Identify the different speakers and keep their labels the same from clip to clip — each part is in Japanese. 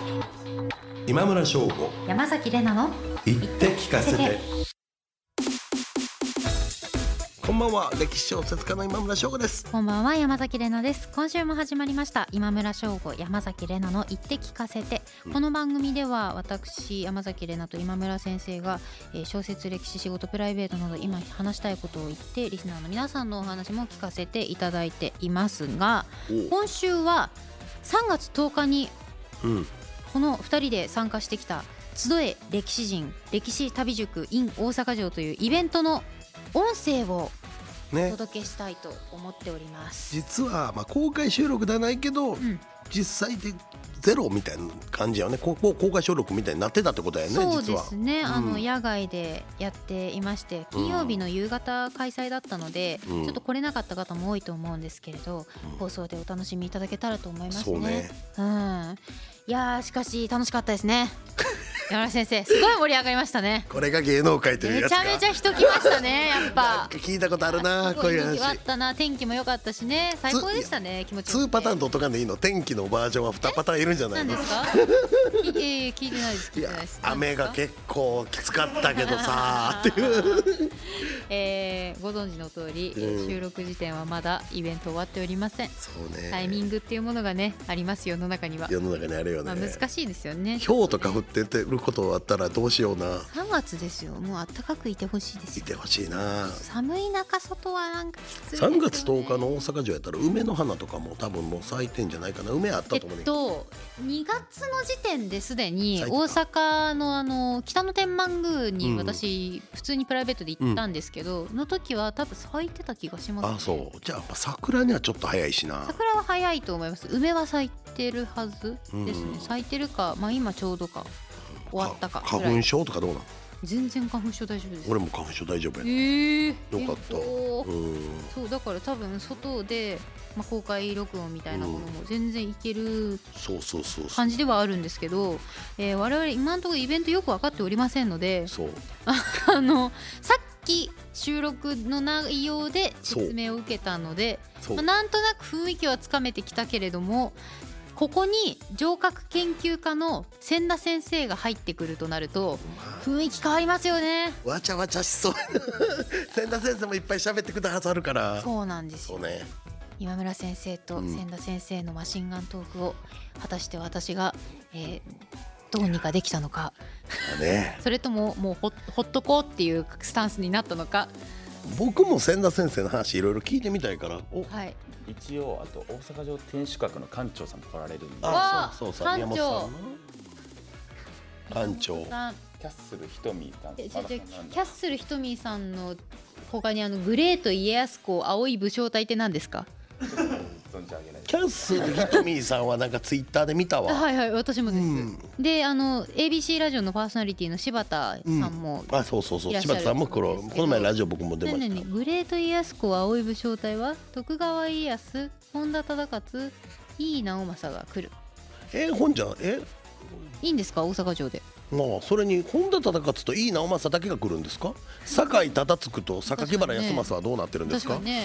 Speaker 1: 今村翔吾
Speaker 2: 山崎れなの
Speaker 1: 言って聞かせて こんばんは歴史小説家の今村翔吾です
Speaker 2: こんばんは山崎れなです今週も始まりました今村翔吾山崎れなの言って聞かせて、
Speaker 1: うん
Speaker 2: この番組では私山崎れなと今村先生が、えー小説歴史仕事プライベートなど今話したいことを言ってリスナーの皆さんのお話も聞かせていただいていますが
Speaker 1: お
Speaker 2: 今週は3月10日に
Speaker 1: うん
Speaker 2: この2人で参加してきた集え歴史人歴史旅塾 in 大阪城というイベントの音声をお
Speaker 1: ね
Speaker 2: 届けしたいと思っております。
Speaker 1: 実はまあ公開収録ではないけど、
Speaker 2: ん
Speaker 1: 実際でゼロみたいな感じよねこもう公開収録みたいになってたってことやね
Speaker 2: そう
Speaker 1: 実
Speaker 2: で
Speaker 1: は
Speaker 2: すね、あの
Speaker 1: うん
Speaker 2: 野外でやっていまして金曜日の夕方開催だったので、
Speaker 1: うん
Speaker 2: ちょっと来れなかった方も多いと思うんですけれど、放送でお楽しみいただけたらと思います
Speaker 1: そう
Speaker 2: ね。
Speaker 1: ね
Speaker 2: うん、いやーしかし楽しかったで すね山田先生すごい盛り上がりましたね。
Speaker 1: これが芸能界という
Speaker 2: め
Speaker 1: やつ
Speaker 2: ち
Speaker 1: か
Speaker 2: ゃめちゃ人来ましたねやっ
Speaker 1: なん
Speaker 2: ぱ
Speaker 1: か。聞いたことあるなこ
Speaker 2: す
Speaker 1: う
Speaker 2: ご
Speaker 1: い
Speaker 2: いう人気はあっ
Speaker 1: 話
Speaker 2: たな天気も良かったしね最高でしたね気持ちよく
Speaker 1: 2
Speaker 2: て
Speaker 1: パターンととかんでいいの天気のバージョンは2パターンいるんじゃない
Speaker 2: 何
Speaker 1: の
Speaker 2: ですかいいえいえ聞いてないです聞
Speaker 1: い
Speaker 2: い
Speaker 1: や
Speaker 2: てないです
Speaker 1: 雨が結構きつかったけどさっていう
Speaker 2: えーご存知の通り、えー
Speaker 1: うん
Speaker 2: 収録時点はまだイベント終わっておりません
Speaker 1: そうね
Speaker 2: タイミングっていうものがねあります世の中には、
Speaker 1: 世の中にあるよ
Speaker 2: まあ、
Speaker 1: ね、
Speaker 2: 難しいですよね
Speaker 1: ひょうとか降っててることあったらどうしような
Speaker 2: 3月ですよもう暖かくいてほしいです
Speaker 1: い
Speaker 2: よ
Speaker 1: てほしいな
Speaker 2: 寒い中外はなんかきついですよね
Speaker 1: 3月10日の大阪城やったら梅の花とかも多分もう咲いてんじゃないかな梅あったと思う
Speaker 2: え
Speaker 1: ね
Speaker 2: っ
Speaker 1: ん
Speaker 2: と2月の時点ですでに
Speaker 1: 最近か
Speaker 2: 大阪のあの北の天満宮
Speaker 1: う
Speaker 2: に
Speaker 1: ん
Speaker 2: 私普通にプライベートで行ったんですけど、の時は多分咲いてた気がします、ね、
Speaker 1: あそうじゃあやっぱ桜にはちょっと早いしな
Speaker 2: 桜は早いと思います梅は咲いてるはずですね、
Speaker 1: うん
Speaker 2: 咲いてるかまあ今ちょうどか終わったかぐら
Speaker 1: 花粉
Speaker 2: い
Speaker 1: 症とかどうなん
Speaker 2: 全然花粉症大丈夫です
Speaker 1: 俺も花粉症大丈夫やね
Speaker 2: ええ
Speaker 1: よかった
Speaker 2: 健康
Speaker 1: うん
Speaker 2: そうだから多分外で、まあ、公開録音みたいなものも全然いける
Speaker 1: そうそうそうそう
Speaker 2: 感じではあるんですけど、えー我々今のところイベントよく分かっておりませんので
Speaker 1: そう
Speaker 2: あのさっき収録の内容で説明を受けたので、
Speaker 1: そう
Speaker 2: まあなんとなく雰囲気はつかめてきたけれどもここに城郭研究家の千田先生が入ってくるとなると雰囲気変わりますよね
Speaker 1: わちゃわちゃしそう 千田先生もいっぱい喋ってくださるから
Speaker 2: そうなんです
Speaker 1: そ
Speaker 2: よ
Speaker 1: うね
Speaker 2: 今村先生と
Speaker 1: うん
Speaker 2: 千田先生のマシンガントークを果たして私が、えーどうにかできたのか
Speaker 1: だね
Speaker 2: それとももうほほっとこうっていうスタンスになったのか
Speaker 1: 僕も千田先生の話いろいろ聞いてみたいからお
Speaker 2: はい
Speaker 3: 一応あと大阪城天守閣の館長さんも来られるんで
Speaker 2: わあ
Speaker 1: そうそうそう
Speaker 2: 館
Speaker 1: 宮
Speaker 2: 長
Speaker 1: 本さんの館長
Speaker 2: さん
Speaker 3: キャッスルひとみさん
Speaker 2: えちょちょキ
Speaker 3: まだそんなんで
Speaker 2: ャッスルひとみさんの他にあのグレート家康公青い武将隊って何ですか
Speaker 3: 存じ上げないです
Speaker 1: キャンスルひとみさんはなんかツイッターで見たわ、
Speaker 2: はいはい私も
Speaker 1: う
Speaker 2: です、
Speaker 1: ん
Speaker 2: であの ABC ラジオのパーソナリティの柴田さんも、
Speaker 1: あそうそうそう
Speaker 2: いらっしゃ
Speaker 1: 柴
Speaker 2: る
Speaker 1: 田さんも黒
Speaker 2: そうですけ
Speaker 1: こ
Speaker 2: ど
Speaker 1: の前ラジオ僕も出
Speaker 2: ね
Speaker 1: ま
Speaker 2: えねえ
Speaker 1: し
Speaker 2: ねえグレート家康公青い武将隊は徳川家康本田忠勝井伊直政が来る
Speaker 1: たえ本じゃんえ
Speaker 2: いいんですか大阪城で
Speaker 1: まあそれに本田忠勝と井伊直政だけが来るんですか酒井忠次と榊原康政はどうなってるんです
Speaker 2: 確か
Speaker 1: か
Speaker 2: にね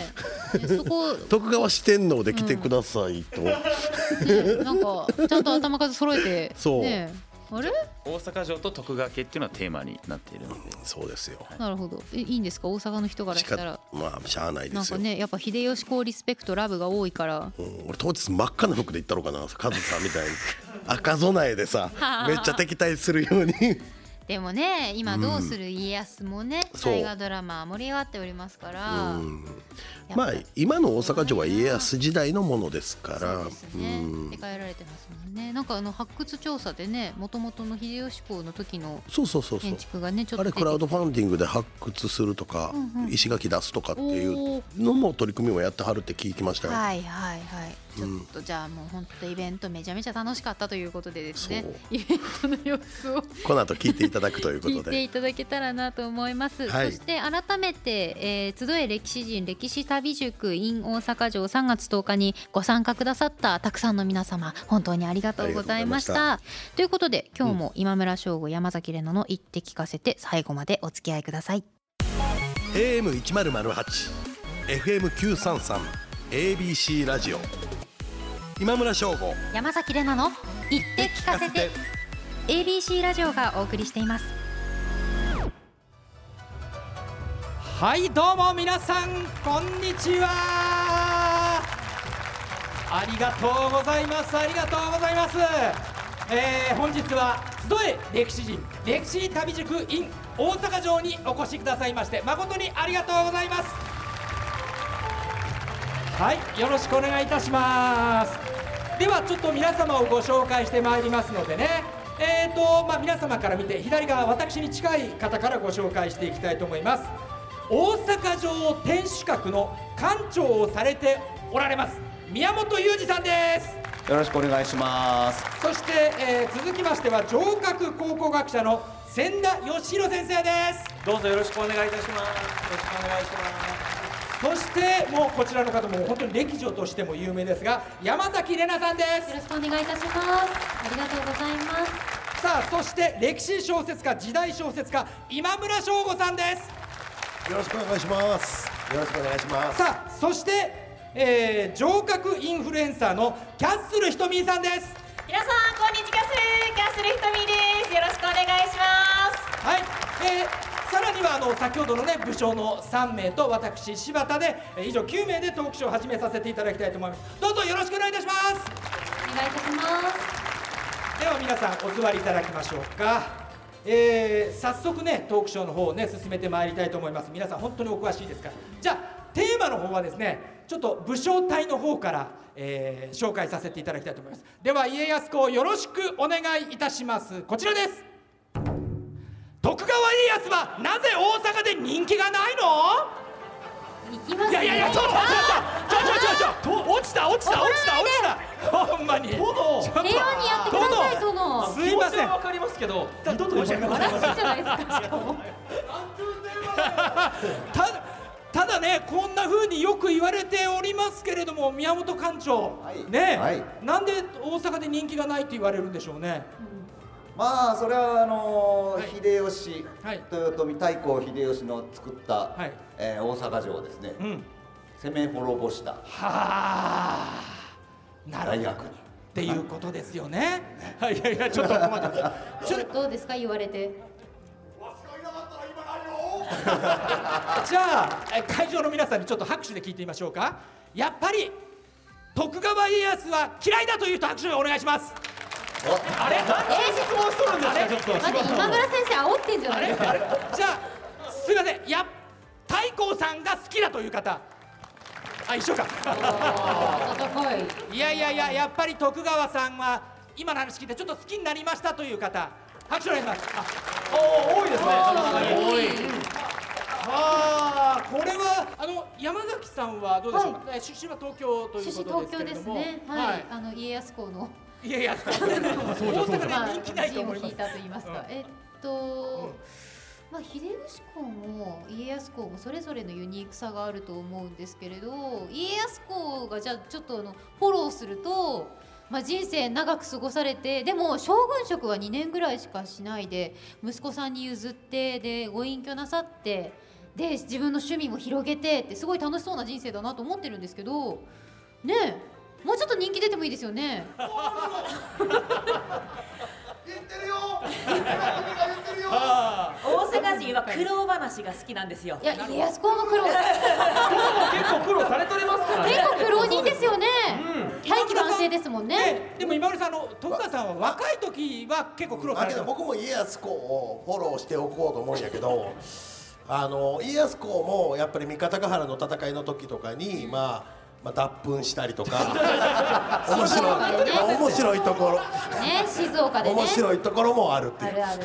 Speaker 2: ねそこ、
Speaker 1: 徳川四天王で来てくださいと、
Speaker 2: ね、なんかちゃんと頭数揃えて
Speaker 1: そう
Speaker 2: ねえあれ
Speaker 3: 大阪城と徳川家っていうのはテーマになっているので
Speaker 1: そうですよ
Speaker 2: なるほどえいいんですか大阪の人から
Speaker 1: し
Speaker 2: したら
Speaker 1: かまあしゃあないで
Speaker 2: なん
Speaker 1: す
Speaker 2: か
Speaker 1: よ、
Speaker 2: ねやっぱ秀吉公リスペクトラブが多いから
Speaker 1: うん、俺当日真っ赤な服で行ったのかなカズさんみたいに 赤備えでさめっちゃ敵対するように
Speaker 2: でもね今「どうする家康」もね
Speaker 1: そう
Speaker 2: 大河ドラマ盛り上がっておりますから、
Speaker 1: うん
Speaker 2: やっぱ
Speaker 1: まあ今の大阪城は家康時代のものですから
Speaker 2: そうですね
Speaker 1: うん
Speaker 2: って変えられてますもんねなんかあの発掘調査でねもともとの秀吉公の時の
Speaker 1: そうそうそうそ
Speaker 2: 建
Speaker 1: う
Speaker 2: 築がねちょっ
Speaker 1: あ
Speaker 2: と
Speaker 1: れクラウドファンディングで発掘するとか、
Speaker 2: うんうん
Speaker 1: 石垣出すとかっていう
Speaker 2: おー
Speaker 1: のも取り組みもやってはるって聞きましたよ、
Speaker 2: はいはいはいち
Speaker 1: う
Speaker 2: ょ
Speaker 1: ん
Speaker 2: っとじゃあもう本当イベントめちゃめちゃ楽しかったということでですね
Speaker 1: そう
Speaker 2: イベントの様子を
Speaker 1: この後聞いていただくというこ
Speaker 2: 聞い
Speaker 1: と
Speaker 2: て
Speaker 1: で
Speaker 2: いただけたらなと思います、
Speaker 1: はい
Speaker 2: そして改めて、えー、集え歴史人歴史旅塾 in 大阪城3月10日にご参加くださったたくさんの皆様本当にありがとうございました
Speaker 1: ありが
Speaker 2: ということで今日も今村翔吾山崎玲奈の「言って聞かせて」最後までお付き合いください
Speaker 1: AM1008 FM933 ABC ラジオ今村翔吾
Speaker 2: 山崎玲奈の「言って聞かせて」ABC ラジオがお送りしています
Speaker 4: はいどうも皆さんこんにちはありがとうございますありがとうございます、えー本日は集え歴史人歴史旅塾 in 大阪城にお越しくださいまして誠にありがとうございますはいよろしくお願いいたしますではちょっと皆様をご紹介してまいりますのでねえーとまあ、皆様から見て左側私に近い方からご紹介していきたいと思います大阪城天守閣の館長をされておられます宮本裕二さんです
Speaker 3: よろしくお願いします。
Speaker 4: そして、えー続きましては城郭考古学者の千田義弘先生ですどうぞよろしくお願いいたしますよろしくお願いしますそしてもうこちらの方も本当に歴女としても有名ですが山崎怜奈さんです
Speaker 2: よろしくお願いいたしますありがとうございます
Speaker 4: さあそして歴史小説家時代小説家今村翔吾さんです
Speaker 1: よろしくお願いしますよろしくお願いします
Speaker 4: さあそして、えー、城郭インフルエンサーのキャッスルひとみさんです
Speaker 5: 皆さんこんにちはキャッスルひとみですよろしくお願いします
Speaker 4: はい、えーさらにはあの先ほどのね武将の3名と私柴田で、えー以上9名でトークショーを始めさせていただきたいと思いますどうぞよろしくお願いいたします
Speaker 5: お願いいたします
Speaker 4: では皆さんお座りいただきましょうかえー、早速ねトークショーの方をね進めてまいりたいと思います皆さん本当にお詳しいですからじゃあテーマの方はですねちょっと武将隊の方から、えー紹介させていただきたいと思いますでは家康公よろしくお願いいたしますこちらです徳川家康はなぜ大阪で人気がないの
Speaker 2: 行きます
Speaker 4: いやいやいやちょっとちょっとちょっとちょっとちょっと落ちた落ちた落ちた落ちたほんまに殿平
Speaker 2: 平穏にやってください殿
Speaker 4: すいません
Speaker 3: わかりますけど、
Speaker 4: どどうした
Speaker 2: じゃないですかしかも
Speaker 4: ただただねこんな風によく言われておりますけれども宮本館長、ね、
Speaker 6: はい
Speaker 4: なんで大阪で人気がないって言われるんでしょうね
Speaker 6: まあそれはあのー秀吉、
Speaker 4: はい
Speaker 6: 豊臣太閤秀吉の作った、
Speaker 4: い
Speaker 6: えー大阪城をですね、
Speaker 4: うん
Speaker 6: 攻め滅ぼした
Speaker 4: はあなる
Speaker 6: 大
Speaker 4: ほどっ
Speaker 6: 学に
Speaker 4: ていうことですよね、い、やいやちょっと待ってくださいちょ
Speaker 2: どうですか言われて
Speaker 4: じゃあえ会場の皆さんにちょっと拍手で聞いてみましょうかやっぱり徳川家康は嫌いだという人拍手をお願いしますあれなんで質問しとるんですかちょっ
Speaker 2: 待って今村先生煽ってんじゃないですか
Speaker 4: じゃあすいませんやっ太閤さんが好きだという方あ一緒か
Speaker 2: 戦い
Speaker 4: いやいやいややっぱり徳川さんは今の話聞いてちょっと好きになりましたという方拍手お願いしますあおー多いですね多いあーこれはあの山崎さんはどうでしょうか、え出身は東京とい
Speaker 2: 出身
Speaker 4: うこと
Speaker 2: 東
Speaker 4: です
Speaker 2: 京
Speaker 4: け
Speaker 2: で
Speaker 4: れど
Speaker 2: す
Speaker 4: も
Speaker 2: ねはい、あの家康公の
Speaker 4: い、いやいや大阪で人気ないと
Speaker 2: 字を
Speaker 4: 思い
Speaker 2: 引
Speaker 4: ま
Speaker 2: い
Speaker 4: す
Speaker 2: たと言いますか、
Speaker 4: うん
Speaker 2: えっと、まあ、秀吉公も家康公もそれぞれのユニークさがあると思うんですけれど家康公がじゃあちょっとあのフォローすると、まあ、人生長く過ごされてでも将軍職は2年ぐらいしかしないで息子さんに譲ってでご隠居なさってで自分の趣味も広げてってすごい楽しそうな人生だなと思ってるんですけどねえもうちょっと人気出てもいいですよね。
Speaker 4: あ
Speaker 5: 大阪人は苦労話が好きなんですよ
Speaker 2: いや家康公も苦労
Speaker 4: ー結構苦労されておりますから
Speaker 2: 結構苦労人ですよね。大器晩成ですもんね。
Speaker 4: ね、でも今村さんあの徳川さんは若い時は結構苦労さ
Speaker 7: だ
Speaker 4: れ
Speaker 7: け
Speaker 4: て
Speaker 7: ど
Speaker 4: ます
Speaker 7: 僕も家康公をフォローしておこうと思うんやけ どあの家康公もやっぱり三方ヶ原の戦いの時とかに、まあまあ、脱粉したりと か面
Speaker 2: そうだよね
Speaker 7: 白い面白いところ
Speaker 2: ね、静岡でね。
Speaker 7: 面白いところもあるってい
Speaker 2: あ
Speaker 7: う
Speaker 2: るある。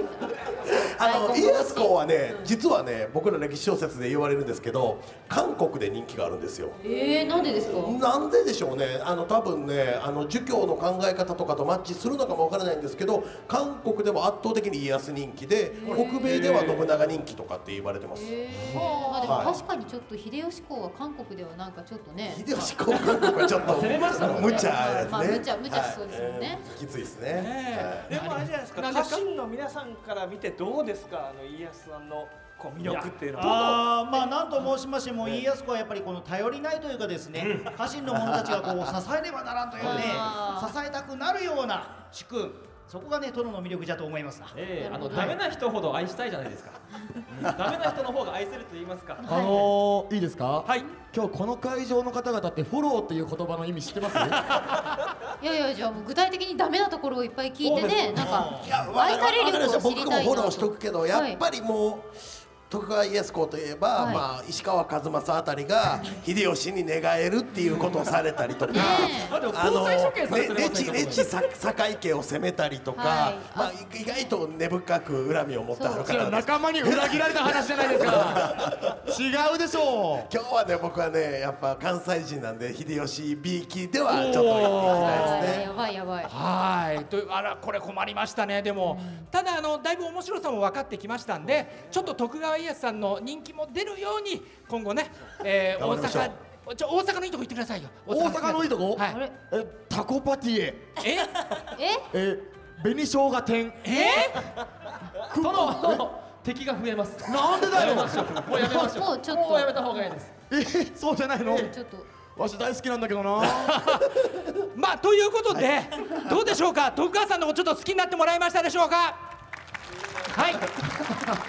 Speaker 7: あ
Speaker 1: あの家康公は
Speaker 2: ね
Speaker 1: ね、実はね僕ら歴史小説で言われるんですけど韓国で人気があるんですよ
Speaker 2: えー、なんでですか
Speaker 1: なんででしょうねあの多分ねあの儒教の考え方とかとマッチするのかもわからないんですけど韓国では圧倒的に家康人気で北米では信長人気とかって言われてます
Speaker 2: えー、まあでも
Speaker 1: はい
Speaker 2: 確かにちょっと秀吉公は韓国ではなんかちょっとね
Speaker 1: 秀吉公韓国はちょっと
Speaker 4: 忘れましたもんね
Speaker 1: 無茶ですね、
Speaker 2: まあ無茶無茶しそうですもんね
Speaker 1: はいえーきついですね
Speaker 4: ね
Speaker 8: でもあれじゃないですか家臣の皆さんから見てどうですかあの家康さんのこう魅力っていうのは
Speaker 9: あーまあなんと申しましても家康公はやっぱりこの頼りないというかですね家臣の者たちがこう支えねばならんというね
Speaker 2: あ
Speaker 9: 支えたくなるような主君そこがね殿の魅力じゃと思いますな
Speaker 8: ええ
Speaker 2: な
Speaker 8: あ
Speaker 2: るほ
Speaker 8: の
Speaker 2: ど
Speaker 8: ダメな人ほど愛したいじゃない ですかダメな人の方が愛せると言いますか
Speaker 10: あのー、いいですか、
Speaker 8: はい
Speaker 10: 今日この会場の方々ってフォローっていう言葉の意味知ってます
Speaker 2: いやいやじゃあもう具体的にダメなところをいっぱい聞いて
Speaker 4: そうです
Speaker 2: ね
Speaker 4: よ
Speaker 2: なんか
Speaker 1: いや
Speaker 2: 愛され力を知りたいなと
Speaker 1: 僕もフォローしとくけどやっぱりもう、徳川家康公といえば、
Speaker 2: はい
Speaker 1: まあ、石川数正あたりが秀吉に寝返るっていうことをされたりとか、
Speaker 2: ね
Speaker 8: あでも
Speaker 1: あ
Speaker 8: 公
Speaker 1: の
Speaker 8: 開処刑さ
Speaker 1: ね
Speaker 8: れて
Speaker 1: ね
Speaker 8: ませ
Speaker 1: ち
Speaker 8: んか
Speaker 1: ねちさ坂井家を攻めたりとか、
Speaker 2: はい
Speaker 1: まあ、い意外と根深く恨みを持ってはる方です
Speaker 10: 仲間に裏切られた話じゃないですか 違うでしょ
Speaker 1: 今日はね僕はねやっぱ関西人なんで秀吉 B 聞いてはちょっと行きたいですね
Speaker 2: やばいやばい
Speaker 4: はいというあらこれ困りましたねでも、ただあのだいぶ面白さも分かってきましたんでちょっと徳川家康さんの人気も出るように今後ね、えー、
Speaker 1: 頑張
Speaker 4: 大
Speaker 1: りましょう
Speaker 4: 阪ちょ大阪のいいとこ行ってくださいよ
Speaker 10: う大阪のいいとこ、
Speaker 4: は
Speaker 2: あ
Speaker 4: い
Speaker 2: れ
Speaker 10: えタコパティエ
Speaker 4: え
Speaker 2: え
Speaker 10: え紅生姜店
Speaker 4: え
Speaker 8: 殿敵が増えます
Speaker 10: なんでだよ
Speaker 8: やめましょうもうやめましょう
Speaker 2: もうちょっと
Speaker 8: もうやめた方がいいです
Speaker 10: えそうじゃないの
Speaker 2: ちょっと
Speaker 10: わし大好きなんだけどな
Speaker 4: まあということで、どうでしょうか徳川さんのことちょっと好きになってもらえましたでしょうかはい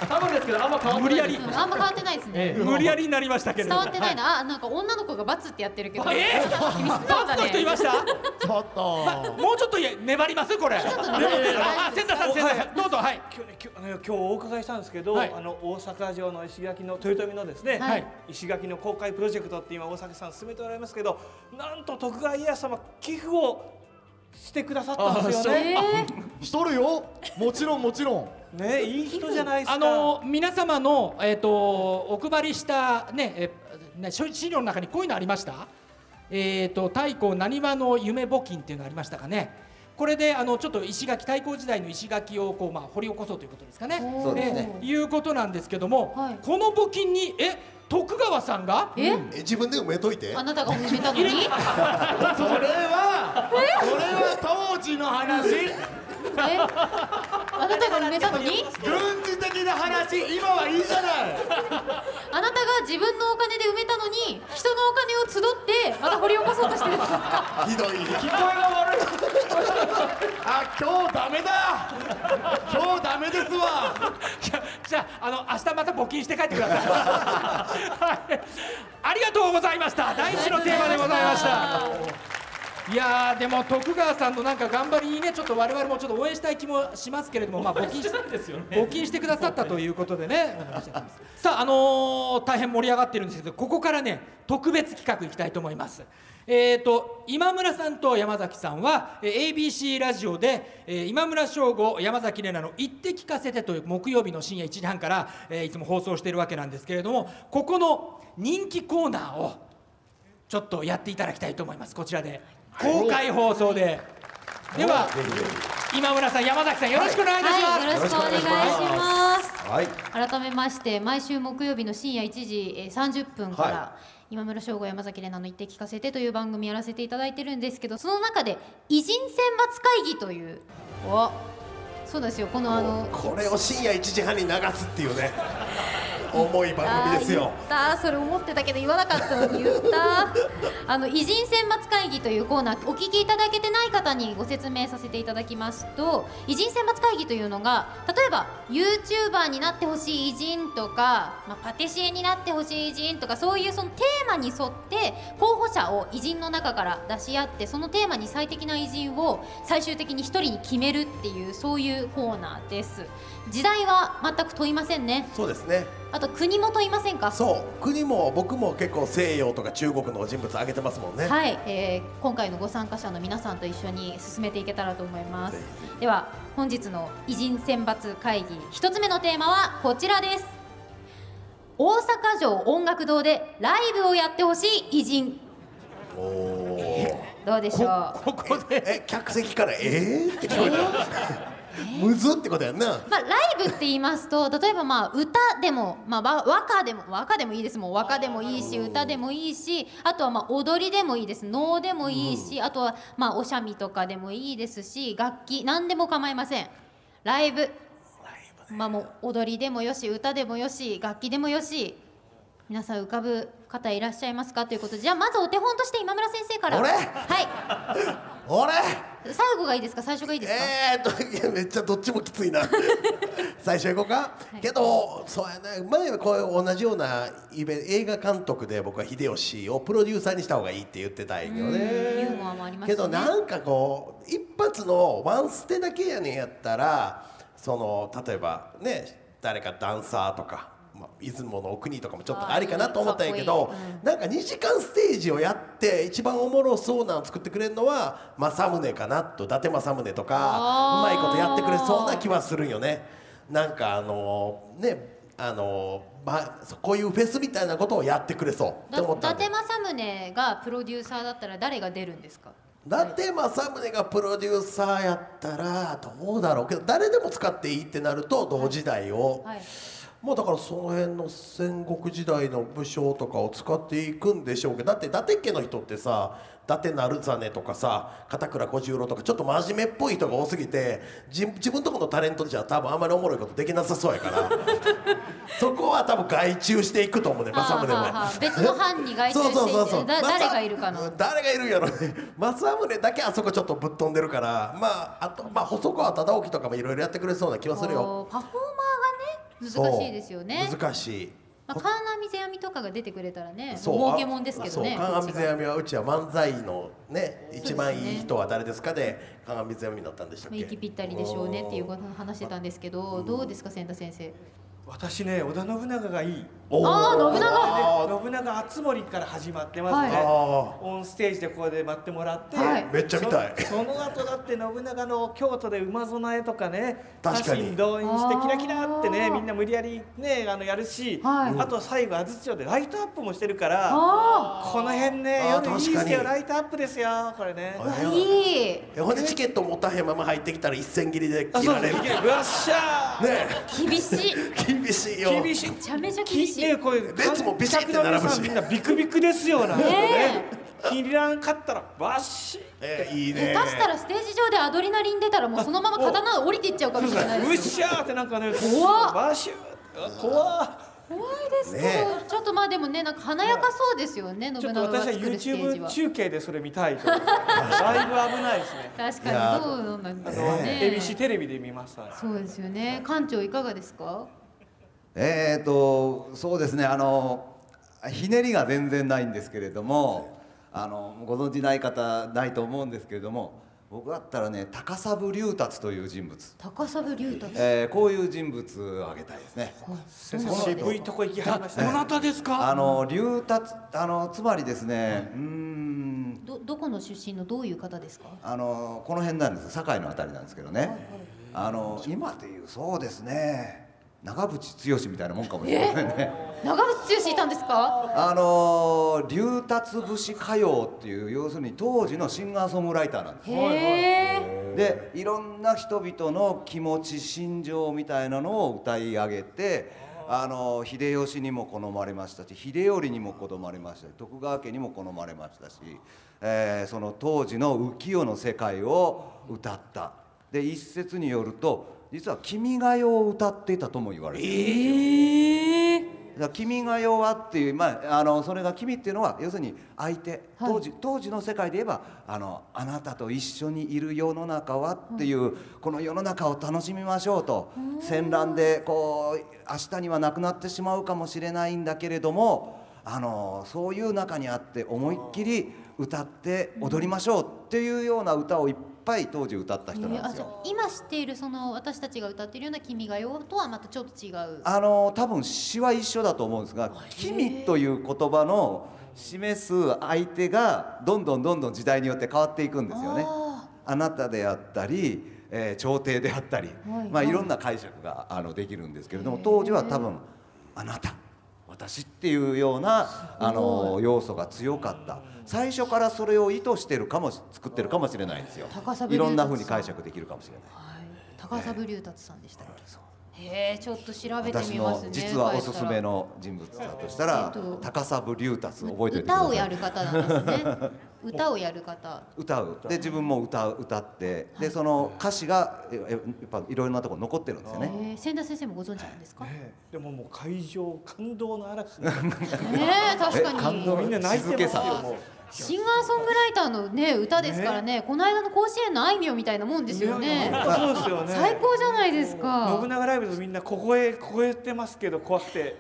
Speaker 8: 多分ですけどあんま変わ
Speaker 4: 無理やり
Speaker 2: うんあんま変わってないですね
Speaker 8: え
Speaker 4: 無理やりになりましたけれ
Speaker 2: 伝
Speaker 4: ども
Speaker 2: わってないなあなんか女の子がバツってやってるけど
Speaker 4: え
Speaker 2: 君素直だ
Speaker 4: バツの人い
Speaker 2: ね
Speaker 4: ました
Speaker 10: ちょっと
Speaker 4: もうちょっといや粘りますこれあ千田さん千田さんどうぞはい
Speaker 8: 今日ね今日あの今日お伺いしたんですけど、
Speaker 4: はい
Speaker 8: あの大阪城の石垣の豊臣のですね、
Speaker 2: はい
Speaker 8: 石垣の公開プロジェクトって今大阪さん進めておられますけどなんと徳川家康様寄付をしてくださったんですよね。
Speaker 2: え
Speaker 10: しとるよもちろんもちろん
Speaker 8: ねいい人じゃないですか。
Speaker 4: あの皆様のえっ、とお配りしたねえーね書資料の中にこういうのありました。えっ、と太閤なにわの夢募金っていうのありましたかね。これであのちょっと石垣太閤時代の石垣をこうまあ掘り起こそうということですかね。
Speaker 2: そう
Speaker 11: ですね
Speaker 4: えーいうことなんですけども、
Speaker 2: はい
Speaker 4: この募金にえ徳川さんが
Speaker 2: え
Speaker 1: え自分で埋めといて
Speaker 2: あなたが褒めたのに
Speaker 10: それはそれは当時の話
Speaker 2: えあなたが埋めたのに
Speaker 10: 軍事的な話今はいいじゃない
Speaker 2: あなたが自分のお金で埋めたのに人のお金を集ってまた掘り起こそうとしてるんです
Speaker 1: ひどい
Speaker 10: あ今日ダメだ今日ダメですわ
Speaker 4: じゃじゃああの明日また募金して帰ってくだ さい。はい、ありがとうございました。第一のテーマでございました。いやーでも徳川さんのなんか頑張りにねちょっと我々もちょっと応援したい気もしますけれどもまあ募金し
Speaker 8: ですよね
Speaker 4: 募金してくださったということでねお願いしたいと思いますさああのー大変盛り上がってるんですけどここからね特別企画いきたいと思いますえー、と今村さんと山崎さんはえー ABC ラジオで、えー今村翔吾山崎怜奈の「言って聞かせて」という木曜日の深夜1時半から、えーいつも放送しているわけなんですけれどもここの人気コーナーをちょっとやっていただきたいと思いますこちらで公開放送で、では今村さん山崎さんよろしくお願いいたします、
Speaker 2: はい、よろしくお願いします。
Speaker 1: はい
Speaker 2: 改めまして、毎週木曜日の深夜1時えー30分から、今村翔吾、山崎怜奈の言って聞かせてという番組やらせていただいてるんですけど、その中で偉人選抜会議という、おそうですよ、このあの、
Speaker 1: これを深夜1時半に流すっていうね重い番組ですよ
Speaker 2: あー言ったそれ思ってたけど言わなかったのに言った あの偉人選抜会議というコーナーお聞きいただけてない方にご説明させていただきますと偉人選抜会議というのが例えば YouTuber になってほしい偉人とか、まあ、パティシエになってほしい偉人とかそういうそのテーマに沿って候補者を偉人の中から出し合ってそのテーマに最適な偉人を最終的に一人に決めるっていうそういうコーナーです時代は全く問いませんね
Speaker 1: そうですね
Speaker 2: あと国元いませんか
Speaker 1: そう国も僕も結構西洋とか中国の人物挙げてますもんね
Speaker 2: はい、えー今回のご参加者の皆さんと一緒に進めていけたらと思いますでは本日の偉人選抜会議一つ目のテーマはこちらです大阪城音楽堂でライブをやってほしい偉人どうでしょう
Speaker 1: ここでえ客席からえー、って聞こえた、むずってことやんな
Speaker 2: まあ、ライブって言いますと例えばまあ歌でも、まあ、わ和歌でも和歌でもいいですもん和歌でもいいし歌でもいいしあとはまあ踊りでもいいです能でもいいし、あとはまあお三味とかでもいいですし楽器何でも構いませんライブまあもう踊りでもよし歌でもよし楽器でもよし皆さん浮かぶ方いらっしゃいますかということでじゃあまずお手本として今村先生から
Speaker 1: 俺
Speaker 2: はい
Speaker 1: 俺
Speaker 2: 最後がいいですか最初がいいですか、
Speaker 1: えーっといやめっちゃどっちもきつい な最初行こうか、けどそうやな前こういう同じようなイベ映画監督で僕は秀吉をプロデューサーにした方がいいって言ってたんやけどね
Speaker 2: ユーモアもありま
Speaker 1: け
Speaker 2: すね
Speaker 1: どなんかこう一発のワンステだけやねんやったらその例えばね誰かダンサーとか、まあ、出雲のお国とかもちょっとありかなと思ったんやけどなんか2時間ステージをやって一番おもろそうなのを作ってくれるのは政宗かなと伊達政宗とかう
Speaker 12: あ
Speaker 1: ま
Speaker 12: ー
Speaker 1: いことやってくれそうな気はするんよね。なんかあのねあのまあ、こういうフェスみたいなことをやってくれそうって
Speaker 2: だ
Speaker 1: 思っ
Speaker 2: 伊
Speaker 1: たんで
Speaker 2: 達政宗がプロデューサーだったら誰が出るんですか
Speaker 1: 伊達政宗がプロデューサーやったらどうだろうけど誰でも使っていいってなると同時代を、
Speaker 2: はい
Speaker 1: もうだからその辺の戦国時代の武将とかを使っていくんでしょうけどだって伊達家の人ってさ伊達成実とかさ片倉小十郎とかちょっと真面目っぽい人が多すぎてじ自分とこのタレントじゃ多分あんまりおもろいことできなさそうやから そこは多分外注していくと思うね
Speaker 2: はあ
Speaker 1: 政宗
Speaker 2: はあは
Speaker 1: も
Speaker 2: あ。別の班に該当していて
Speaker 1: そうそうそうそう
Speaker 2: だ
Speaker 1: まさ
Speaker 2: 誰がいるかの
Speaker 1: 誰がいるんやろ ね政宗だけあそこちょっとぶっ飛んでるからまああとまあ細川忠興とかもいろいろやってくれそうな気はするよ
Speaker 2: こうパフォーマーがね難しいですよね
Speaker 1: そう難しい
Speaker 2: まあ、カーナミゼアミとかが出てくれたらね
Speaker 1: そう
Speaker 2: 儲けもんですけどね
Speaker 1: そう鏡
Speaker 2: こっち
Speaker 1: 世
Speaker 2: が
Speaker 1: 闇はうちは漫才のね
Speaker 2: ね
Speaker 1: 一番いい人は誰ですかで鏡世闇だったんでしたっけ
Speaker 2: 息ぴったりでしょうねっていうことを話してたんですけどどうですか千田先生
Speaker 4: 私ね織田信長がいい
Speaker 2: おーあー信長
Speaker 4: で信長熱盛から始まってますね、
Speaker 1: はいあ
Speaker 4: オンステージでここで待ってもらって、
Speaker 1: めっちゃ見たい
Speaker 4: そその後だって信長の京都で馬備えとかね
Speaker 1: 確かに
Speaker 4: 家臣動員して
Speaker 1: あー
Speaker 4: キラキラってねみんな無理やりねあのやるし、
Speaker 1: はい
Speaker 4: あと最後安土城でライトアップもしてるから
Speaker 2: あ
Speaker 4: この辺ね
Speaker 1: あー
Speaker 4: 夜いいです
Speaker 1: 確か
Speaker 4: よ
Speaker 1: に
Speaker 4: ライトアップですよこれね
Speaker 2: いい
Speaker 1: えほんでチケット持たへんまま入ってきたら一銭切りで切られる
Speaker 4: あそうですよっしゃ
Speaker 1: ねえ
Speaker 2: 厳しい
Speaker 1: 厳しいよ
Speaker 4: 厳しい
Speaker 2: めちゃめちゃ厳しい
Speaker 4: ねこれ
Speaker 1: 列もビシッて並ぶし
Speaker 4: 観客の皆さんみんなビクビクですよなんかね
Speaker 2: ね
Speaker 4: 気に入らんかったらバッシ
Speaker 1: えいい
Speaker 2: 下手したらステージ上でアドリナリン出たらもうそのまま刀降りていっちゃうかもしれないです
Speaker 4: うっしゃーってなんかね
Speaker 2: 怖っ
Speaker 4: バッシュー怖っ
Speaker 2: 怖いですけど、
Speaker 4: ね
Speaker 2: ちょっとまあでもねなんか華やかそうですよね
Speaker 4: ちょ
Speaker 2: 信
Speaker 4: っと
Speaker 2: 長が
Speaker 4: 私は
Speaker 2: 作るステージ
Speaker 4: YouTube
Speaker 2: は
Speaker 4: 中継でそれ見たいと思いますだいぶ危ないですね
Speaker 2: 確かにどうなんですかね
Speaker 4: ABC テレビで見ました
Speaker 2: そうですよね館長いかがですか
Speaker 10: えー、とそうですねあのひねりが全然ないんですけれどもあのご存じない方ないと思うんですけれども僕だったらね高砂龍達という人物、
Speaker 2: 高砂龍太
Speaker 10: えーこういう人物を挙げたいですね。
Speaker 4: 先生渋いとこ行きはりましたね
Speaker 10: たですかあの龍達あのつまりですねうーん
Speaker 2: どどこの出身のどういう方ですか
Speaker 10: あのこの辺なんです堺のあたりなんですけどね、あの今でいうそうですね長渕剛みたいなもんかもしれませんね。
Speaker 2: 長渕剛いたんですか
Speaker 10: あのー、龍達節歌謡っていう要するに当時のシンガーソングライターなんです
Speaker 2: へえ
Speaker 10: でいろんな人々の気持ち心情みたいなのを歌い上げて、あのー秀吉にも好まれましたし秀頼にも好まれましたし徳川家にも好まれましたし、えーその当時の浮世の世界を歌ったで一説によると実は「君が代」を歌っていたとも言われてるんですよ。だから君が代はっていう、まあ、あのそれが君っていうのは要するに相手、当時当時の世界で言えばあのあなたと一緒にいる世の中はっていう、この世の中を楽しみましょうと戦乱でこう明日にはなくなってしまうかもしれないんだけれどもあのそういう中にあって思いっきり歌って踊りましょうっていうような歌をいっぱい当時歌った人なんですよ
Speaker 2: あじゃあ今知っているその私たちが歌っているような「君が代」とはまたちょっと違う
Speaker 10: あの多分詩は一緒だと思うんですが「君」という言葉の示す相手がどんどんどんどん時代によって変わっていくんですよね。あなたであったり、えー朝廷であったり、
Speaker 8: はい
Speaker 10: いまあ、いろんな解釈があのできるんですけれども当時は多分「あなた」「私」っていうようなあの要素が強かった最初からそれを意図してるかもし作ってるかもしれないんですよ
Speaker 2: 高砂。
Speaker 10: いろんなふうに解釈できるかもしれない。
Speaker 2: 高砂龍達さんでしたっけへえちょっと調べて
Speaker 10: 私
Speaker 2: みま
Speaker 10: の
Speaker 2: すね
Speaker 10: 実はおすすめの人物だとしたら
Speaker 2: えっと
Speaker 10: 高砂龍達覚えておいてください
Speaker 2: 歌をやる方なんですね歌をやる方
Speaker 10: 歌うで自分も歌う歌ってでその歌詞がええやっぱいろいろなところ残ってるんですよね
Speaker 2: えー千田先生もご存知なんですか、
Speaker 13: でももう会場感動の嵐ね
Speaker 2: え確かにえ感動
Speaker 13: みんな泣いて
Speaker 10: 静け
Speaker 13: ます
Speaker 10: さ
Speaker 13: よもう
Speaker 2: シンガーソングライターのね歌ですからねこの間の甲子園のあいみょんみたいなもんですよね
Speaker 13: いや本当そうですよね
Speaker 2: 最高じゃないですか
Speaker 13: 信長ライブでみんなここへこえてますけど怖くて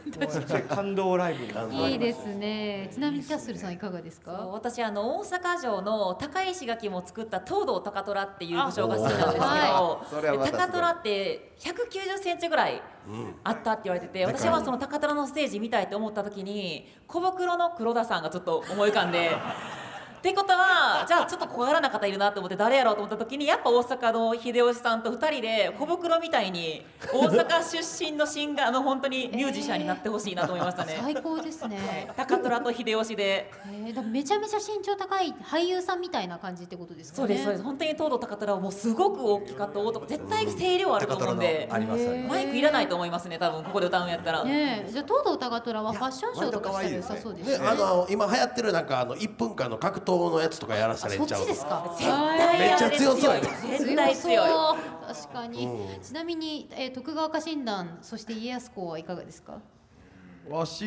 Speaker 13: もう感動ライブになりました
Speaker 2: いいですね。ちなみにキャッスルさんいかがですか。
Speaker 5: 私あの大阪城の高石垣も作った東堂高虎っていう武将が好きなんですけど、
Speaker 10: あおーはいそれはまたすごい
Speaker 5: 高虎って190センチぐらいあったって言われてて、
Speaker 10: でかい
Speaker 5: 私はその高虎のステージ見たいと思った時に小袋の黒田さんがちょっと思い浮かん で。ってことはじゃあちょっと小柄な方いるなと思って誰やろうと思った時にやっぱ大阪の秀吉さんと2人で小袋みたいに大阪出身のシンガーの本当にミュージシャンになってほしいなと思いましたね。
Speaker 2: 最高ですね。
Speaker 5: 高虎と秀吉で
Speaker 2: えー、だからめちゃめちゃ身長高い俳優さんみたいな感じってことですかね。
Speaker 5: そうですそうです本当に東堂高虎はもうすごく大きかった男絶対声量あると思うんで
Speaker 10: 高虎のありますあります
Speaker 5: マイクいらないと思いますね多分ここで歌うんやったら、
Speaker 2: ねえ、じゃあ東堂高虎はファッションショーとかしたら良さそうですね。
Speaker 7: ね、あの今流行ってるなんかあの1分間の格闘のやつとかやらせたらいいんちゃう
Speaker 2: そっちですか。
Speaker 7: めっちゃ強そうやね
Speaker 5: 絶対強い
Speaker 2: そう。確かに。
Speaker 7: うん
Speaker 2: ちなみに、えー、徳川家臣団そして家康公はいかがですか。
Speaker 8: わし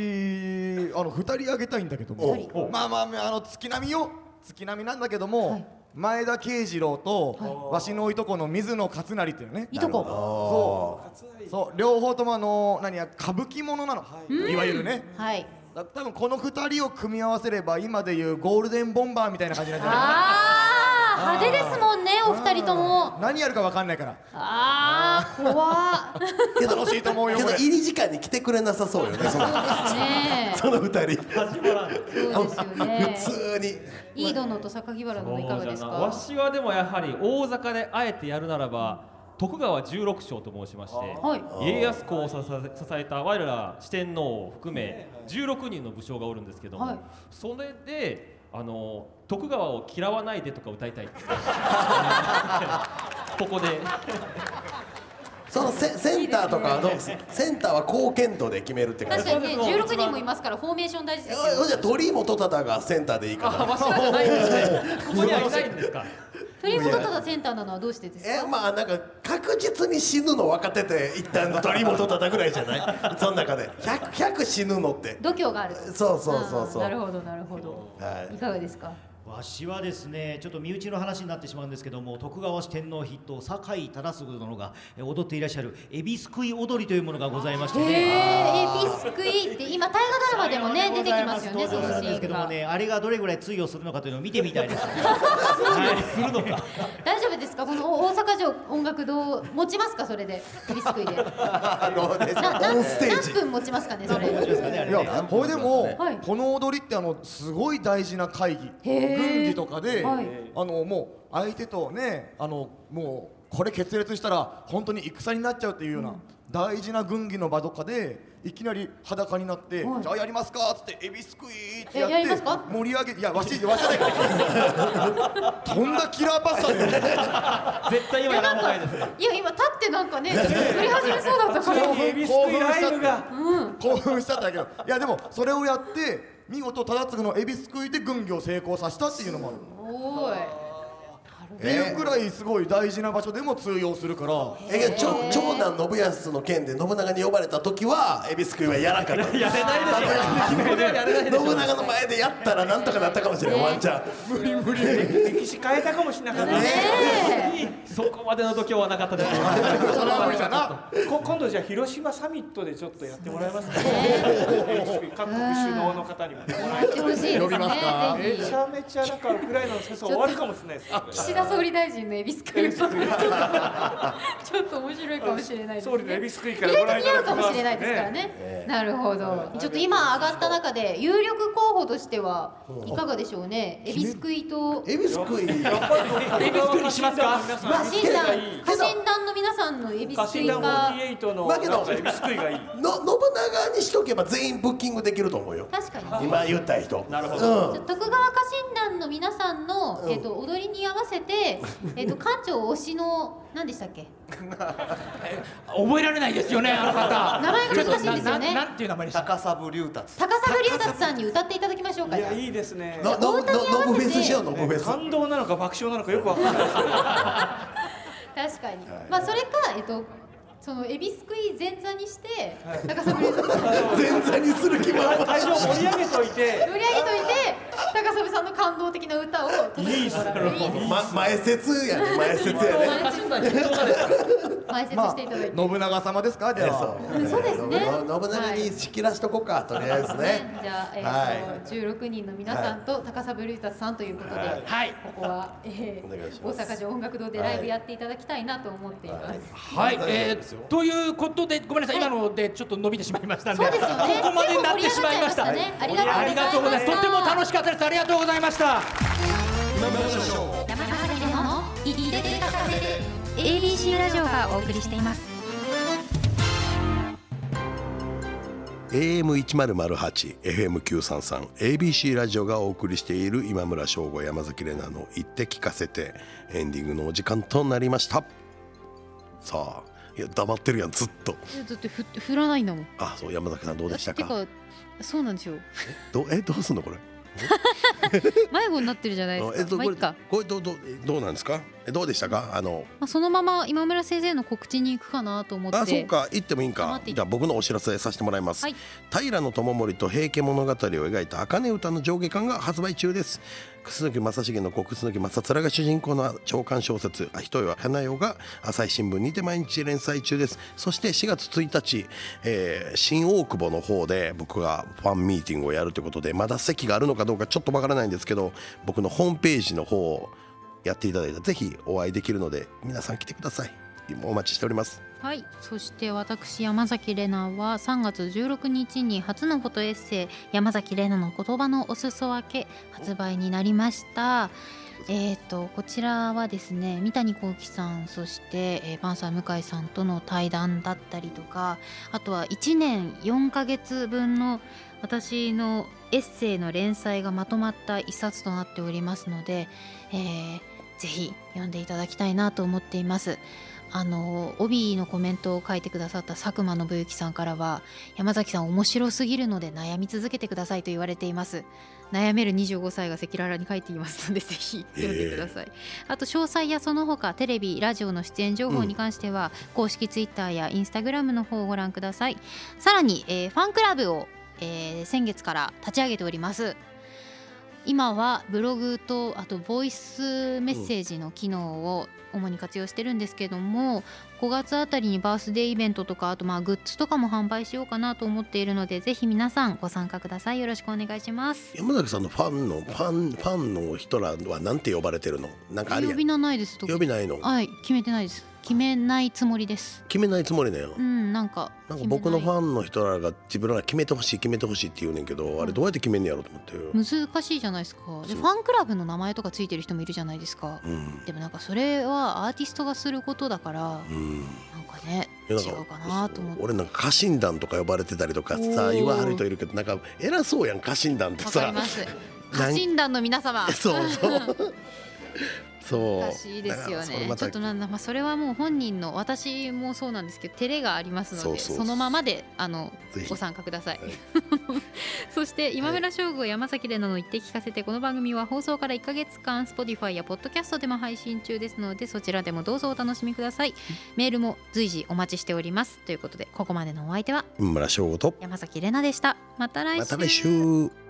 Speaker 8: あの二人挙げたいんだけどもまあまああの月並みよ月並みなんだけども、前田慶次郎と、わしのいとこの水野勝成っていうね
Speaker 2: いとこ
Speaker 8: そうそう両方ともあの何や歌舞伎ものなの、
Speaker 2: うん
Speaker 8: いわゆるね
Speaker 2: はい
Speaker 8: だ多分この二人を組み合わせれば今でいうゴールデンボンバーみたいな感じなんじゃない
Speaker 2: ああ派手ですもんねお二人とも。
Speaker 8: 何やるかわかんないから
Speaker 2: あー怖っ。
Speaker 8: けど楽しいと思うよ
Speaker 7: けど
Speaker 8: これ
Speaker 7: 入り時間に来てくれなさそうよねその
Speaker 2: ねえ
Speaker 7: その2人
Speaker 2: そうですよね。
Speaker 7: 普通に。
Speaker 2: いい殿と榊原殿いかがですか。
Speaker 14: わしはでもやはり大阪であえてやるならば徳川十六将と申しまして、
Speaker 2: はい
Speaker 14: 家康公を支え支えた我ら四天王を含め16人の武将がおるんですけども、
Speaker 2: はい
Speaker 14: それであの徳川を嫌わないでとか歌いたい ですここで
Speaker 7: そのセセンターとかはどうセンターは貢献度で決めるって感
Speaker 2: 確
Speaker 7: じ
Speaker 2: かにね、16人もいますからフォーメーション大事ですよ。
Speaker 7: あじゃあ鳥居元忠がセンターでいいかな
Speaker 14: あわしらじゃないんですねここにはいないんですか
Speaker 2: 鳥本忠センターなのはどうしてですか。
Speaker 7: えまあなんか確実に死ぬの分かってて一旦の鳥元叩ぐらいじゃないその中で 100, 100死ぬのって
Speaker 2: 度胸がある。
Speaker 7: そうそうそうそう
Speaker 2: あーなるほどなるほど。いかがですか。
Speaker 15: わしはですねちょっと身内の話になってしまうんですけども徳川四天王筆頭酒井忠次殿がえー踊っていらっしゃる「えびすくい踊り」というものがございまして
Speaker 2: へえ、エ
Speaker 15: ね。
Speaker 2: ビスクイって今大河ドラマでもね出てきますよねそ
Speaker 15: そう
Speaker 2: の
Speaker 15: なん
Speaker 2: シ
Speaker 15: ですけ
Speaker 2: ーン
Speaker 15: ども
Speaker 2: が。
Speaker 15: ね、あれがどれぐらい通用するのかというのを見てみたいです。
Speaker 2: 大丈夫ですかこの大阪城音楽堂持ちますかそれでエビスクイで。なな何分持ちますかねそれ。
Speaker 8: いやこれでも、
Speaker 2: はい
Speaker 8: この踊りってあのすごい大事な会議
Speaker 2: へー
Speaker 8: 軍議とかで、
Speaker 2: はい
Speaker 8: あのもう相手とねあのもうこれ決裂したら本当に戦になっちゃうっていうような、大事な軍議の場とかでいきなり裸になって、
Speaker 2: はい
Speaker 8: じゃあやりますかっつってエビすくいってやっ
Speaker 2: えやります
Speaker 8: て
Speaker 2: か
Speaker 8: 盛り上げいやわしわしじゃないからとんだキラーパスタだよ
Speaker 14: 絶対今やらんほうがいいです
Speaker 2: いや今立ってなんかね振り始めそうだったから。
Speaker 8: 興奮した興奮したんだけどいやでもそれをやって見事忠次のエビすくいで軍業を成功させたっていうのもある
Speaker 2: おーい。
Speaker 8: っていうくらいすごい大事な場所でも通用するから
Speaker 10: えちょ長男信康の件で信長に呼ばれた時は恵比寿君はやらなかったやれないでしょ信長の前でやったらなんとかなったかもしれないワンチャン
Speaker 4: 無理無理歴史変えたかもしれなかったね
Speaker 16: そこまでの度胸はなかったです
Speaker 4: こ今度じゃあ広島サミットでちょっとやってもらえますか、各国首脳の方にも来てもら
Speaker 17: やっ
Speaker 4: えたら
Speaker 17: てほしいですね呼びますかぜ
Speaker 4: め
Speaker 17: ひ
Speaker 4: ちゃめちゃなんかウクライナの戦争終わるかもしれないですよ
Speaker 17: 岸田総理大臣の恵比寿会ちょっと面白いかもしれないですね
Speaker 4: 総理の恵比寿会
Speaker 17: 意
Speaker 4: か
Speaker 17: 外
Speaker 4: らご覧い
Speaker 17: と似
Speaker 4: た
Speaker 17: 合うか
Speaker 4: だきます
Speaker 17: もしれないですからね、なるほどちょっと今上がった中で有力候補としてはいかがでしょうね恵比寿会と
Speaker 10: 恵比寿会
Speaker 4: 恵比寿区にしますか
Speaker 17: 家臣団家臣団の皆さんの恵比寿
Speaker 4: 家臣
Speaker 17: 会
Speaker 4: 団
Speaker 17: か
Speaker 4: 48の
Speaker 10: だけど
Speaker 4: なんか恵比寿区がいい
Speaker 10: の信長にしとけば全員ブッキングできると思うよ
Speaker 17: 確かに
Speaker 10: 今言った人なるほど、うん
Speaker 17: 徳川家臣団の皆さんの、えっと踊りに合わせて、えっと館長推しの何でしたっけ
Speaker 18: 覚えられないですよねあの方
Speaker 17: 名前が難しいんですよね
Speaker 18: なななんていう名前でした
Speaker 19: 高砂龍達
Speaker 17: 高砂龍達さんに歌っていただきましょうか
Speaker 4: い
Speaker 17: じゃ
Speaker 4: や
Speaker 17: あ
Speaker 4: いいですね
Speaker 17: ののお歌に合わせてののフェスしようの
Speaker 10: フェス
Speaker 4: 感動なのか爆笑なのかよくわからないですけど
Speaker 17: 確かに、まあそれかえっとそのエビスクイ前座にして、高砂龍達さん
Speaker 10: 前座にする気もある
Speaker 4: 最初盛り上げとい
Speaker 17: 盛り上げと
Speaker 4: て
Speaker 17: いて高砂さんの感動的な歌を届けてもらういいです
Speaker 10: ま、前説やね前説やね
Speaker 17: 前説していただいて、
Speaker 8: 信長様ですかじゃあ
Speaker 17: うんそうですね
Speaker 10: 信長に仕切らしとこうかとりあえずね
Speaker 17: じゃあ、えっと
Speaker 10: は
Speaker 17: 16人の皆さんと高砂龍達さんということで、
Speaker 18: はい
Speaker 17: ここは、えー
Speaker 10: お願いし
Speaker 17: 大
Speaker 10: ます
Speaker 17: 阪城音楽堂でライブやっていただきたいなと思っています、
Speaker 18: はい、えー、ということでごめんなさい、今のでちょっと伸びてしまいましたんで
Speaker 17: そうですよね
Speaker 18: ここまでになってしまいました
Speaker 17: 結構盛り上
Speaker 18: あり
Speaker 17: が
Speaker 18: が
Speaker 17: っちゃい
Speaker 18: とうご
Speaker 17: ま
Speaker 18: ざ
Speaker 17: したね
Speaker 18: いますとっても楽しかったですありがとうございました
Speaker 20: 山崎でのリリレ ABC ラジオがお送りしています
Speaker 1: AM1008、FM933、ABC ラジオがお送りしている今村翔吾、山崎怜奈の言って聞かせてエンディングのお時間となりました。さあ、いや黙ってるやんずっと。
Speaker 2: だってふ振らないんだもん
Speaker 1: あ、そう山崎さんどうでした
Speaker 2: て
Speaker 1: か。
Speaker 2: かそうなんですよ
Speaker 1: どえどうすんのこれ。
Speaker 2: 迷子になってるじゃないです
Speaker 1: え
Speaker 2: か、
Speaker 1: っと
Speaker 2: まあ
Speaker 1: こ
Speaker 2: い
Speaker 1: れ
Speaker 2: っか、
Speaker 1: これどうどうえどうなんですか。えどうでしたかあの。
Speaker 2: まあ、そのまま今村先生の告知に行くかなと思って
Speaker 1: あそうか行ってもいいんか
Speaker 2: 黙っていい
Speaker 1: じゃあ僕のお知らせさせてもらいます、
Speaker 2: はい
Speaker 1: 平智盛と平家物語を描いた茜歌の上下巻が発売中です楠木正成の子楠木正面が主人公の長官小説「あひとよ花よ」が朝日新聞にて毎日連載中ですそして4月1日、えー新大久保の方で僕がファンミーティングをやるということでまだ席があるのかどうかちょっとわからないんですけど僕のホームページの方をやっていただいたぜひお会いできるので皆さん来てくださいお待ちしております
Speaker 2: はいそして私山崎怜奈は3月16日に初のフォトエッセイ「山崎怜奈の言葉のお裾分け」発売になりましたえー、とこちらはですね三谷幸喜さんそして、えーパンサー向井さんとの対談だったりとかあとは1年4ヶ月分の私のエッセイの連載がまとまった一冊となっておりますので、えーぜひ読んでいただきたいなと思っています。あの帯のコメントを書いてくださった佐久間信之さんからは山崎さん面白すぎるので悩み続けてくださいと言われています悩める25歳が赤裸々に書いていますのでぜひ読んでください、あと詳細やその他テレビラジオの出演情報に関しては、公式ツイッターやインスタグラムの方をご覧くださいさらに、えーファンクラブを、えー先月から立ち上げております今はブログとあとボイスメッセージの機能を主に活用してるんですけども5月あたりにバースデーイベントとかあとまあグッズとかも販売しようかなと思っているのでぜひ皆さんご参加くださいよろしくお願いします
Speaker 1: 山崎さんのファンのファンファンの人らはなんて呼ばれてるのなんかある
Speaker 2: 呼
Speaker 1: やん
Speaker 2: び名ないです
Speaker 1: 呼びないの
Speaker 2: はい決めてないです決めないつもりです
Speaker 1: 決めないつもりだよ
Speaker 2: うんなんか
Speaker 1: なんか僕のファンの人らが自分らが決めてほしい決めてほしいって言うねんけどあれどうやって決めんねやろうと思って
Speaker 2: 難しいじゃないですかで
Speaker 1: そう
Speaker 2: ファンクラブの名前とかついてる人もいるじゃないですか、
Speaker 1: うん
Speaker 2: でもなんかそれはアーティストがすることだから
Speaker 1: うん
Speaker 2: なんかね
Speaker 1: いやなん
Speaker 2: 違
Speaker 1: か
Speaker 2: うかなと思って
Speaker 1: 俺なんか家臣団とか呼ばれてたりとか
Speaker 2: お
Speaker 1: さ
Speaker 2: ー
Speaker 1: 言わはる人いるけどなんか偉そうやん家臣団って
Speaker 2: わかり
Speaker 1: さ
Speaker 2: ます
Speaker 1: なん
Speaker 2: 家臣団の皆様
Speaker 1: そうそうそう
Speaker 2: 難しいですよ
Speaker 1: だからそれ
Speaker 2: ね
Speaker 1: また
Speaker 2: ちょっとなんだ、まあ、それはもう本人の私もそうなんですけど照れがありますので
Speaker 1: そ
Speaker 2: そう
Speaker 1: そう
Speaker 2: のままであの
Speaker 1: ぜひ
Speaker 2: ご参加ください、 そして今村翔吾山崎怜奈の「言って聞かせて」この番組は放送から1ヶ月間 Spotify や Podcast でも配信中ですのでそちらでもどうぞお楽しみくださいメールも随時お待ちしておりますということでここまでのお相手は
Speaker 1: 今村翔吾と
Speaker 2: 山崎怜奈でしたまた来
Speaker 1: ま
Speaker 2: 週
Speaker 1: た来週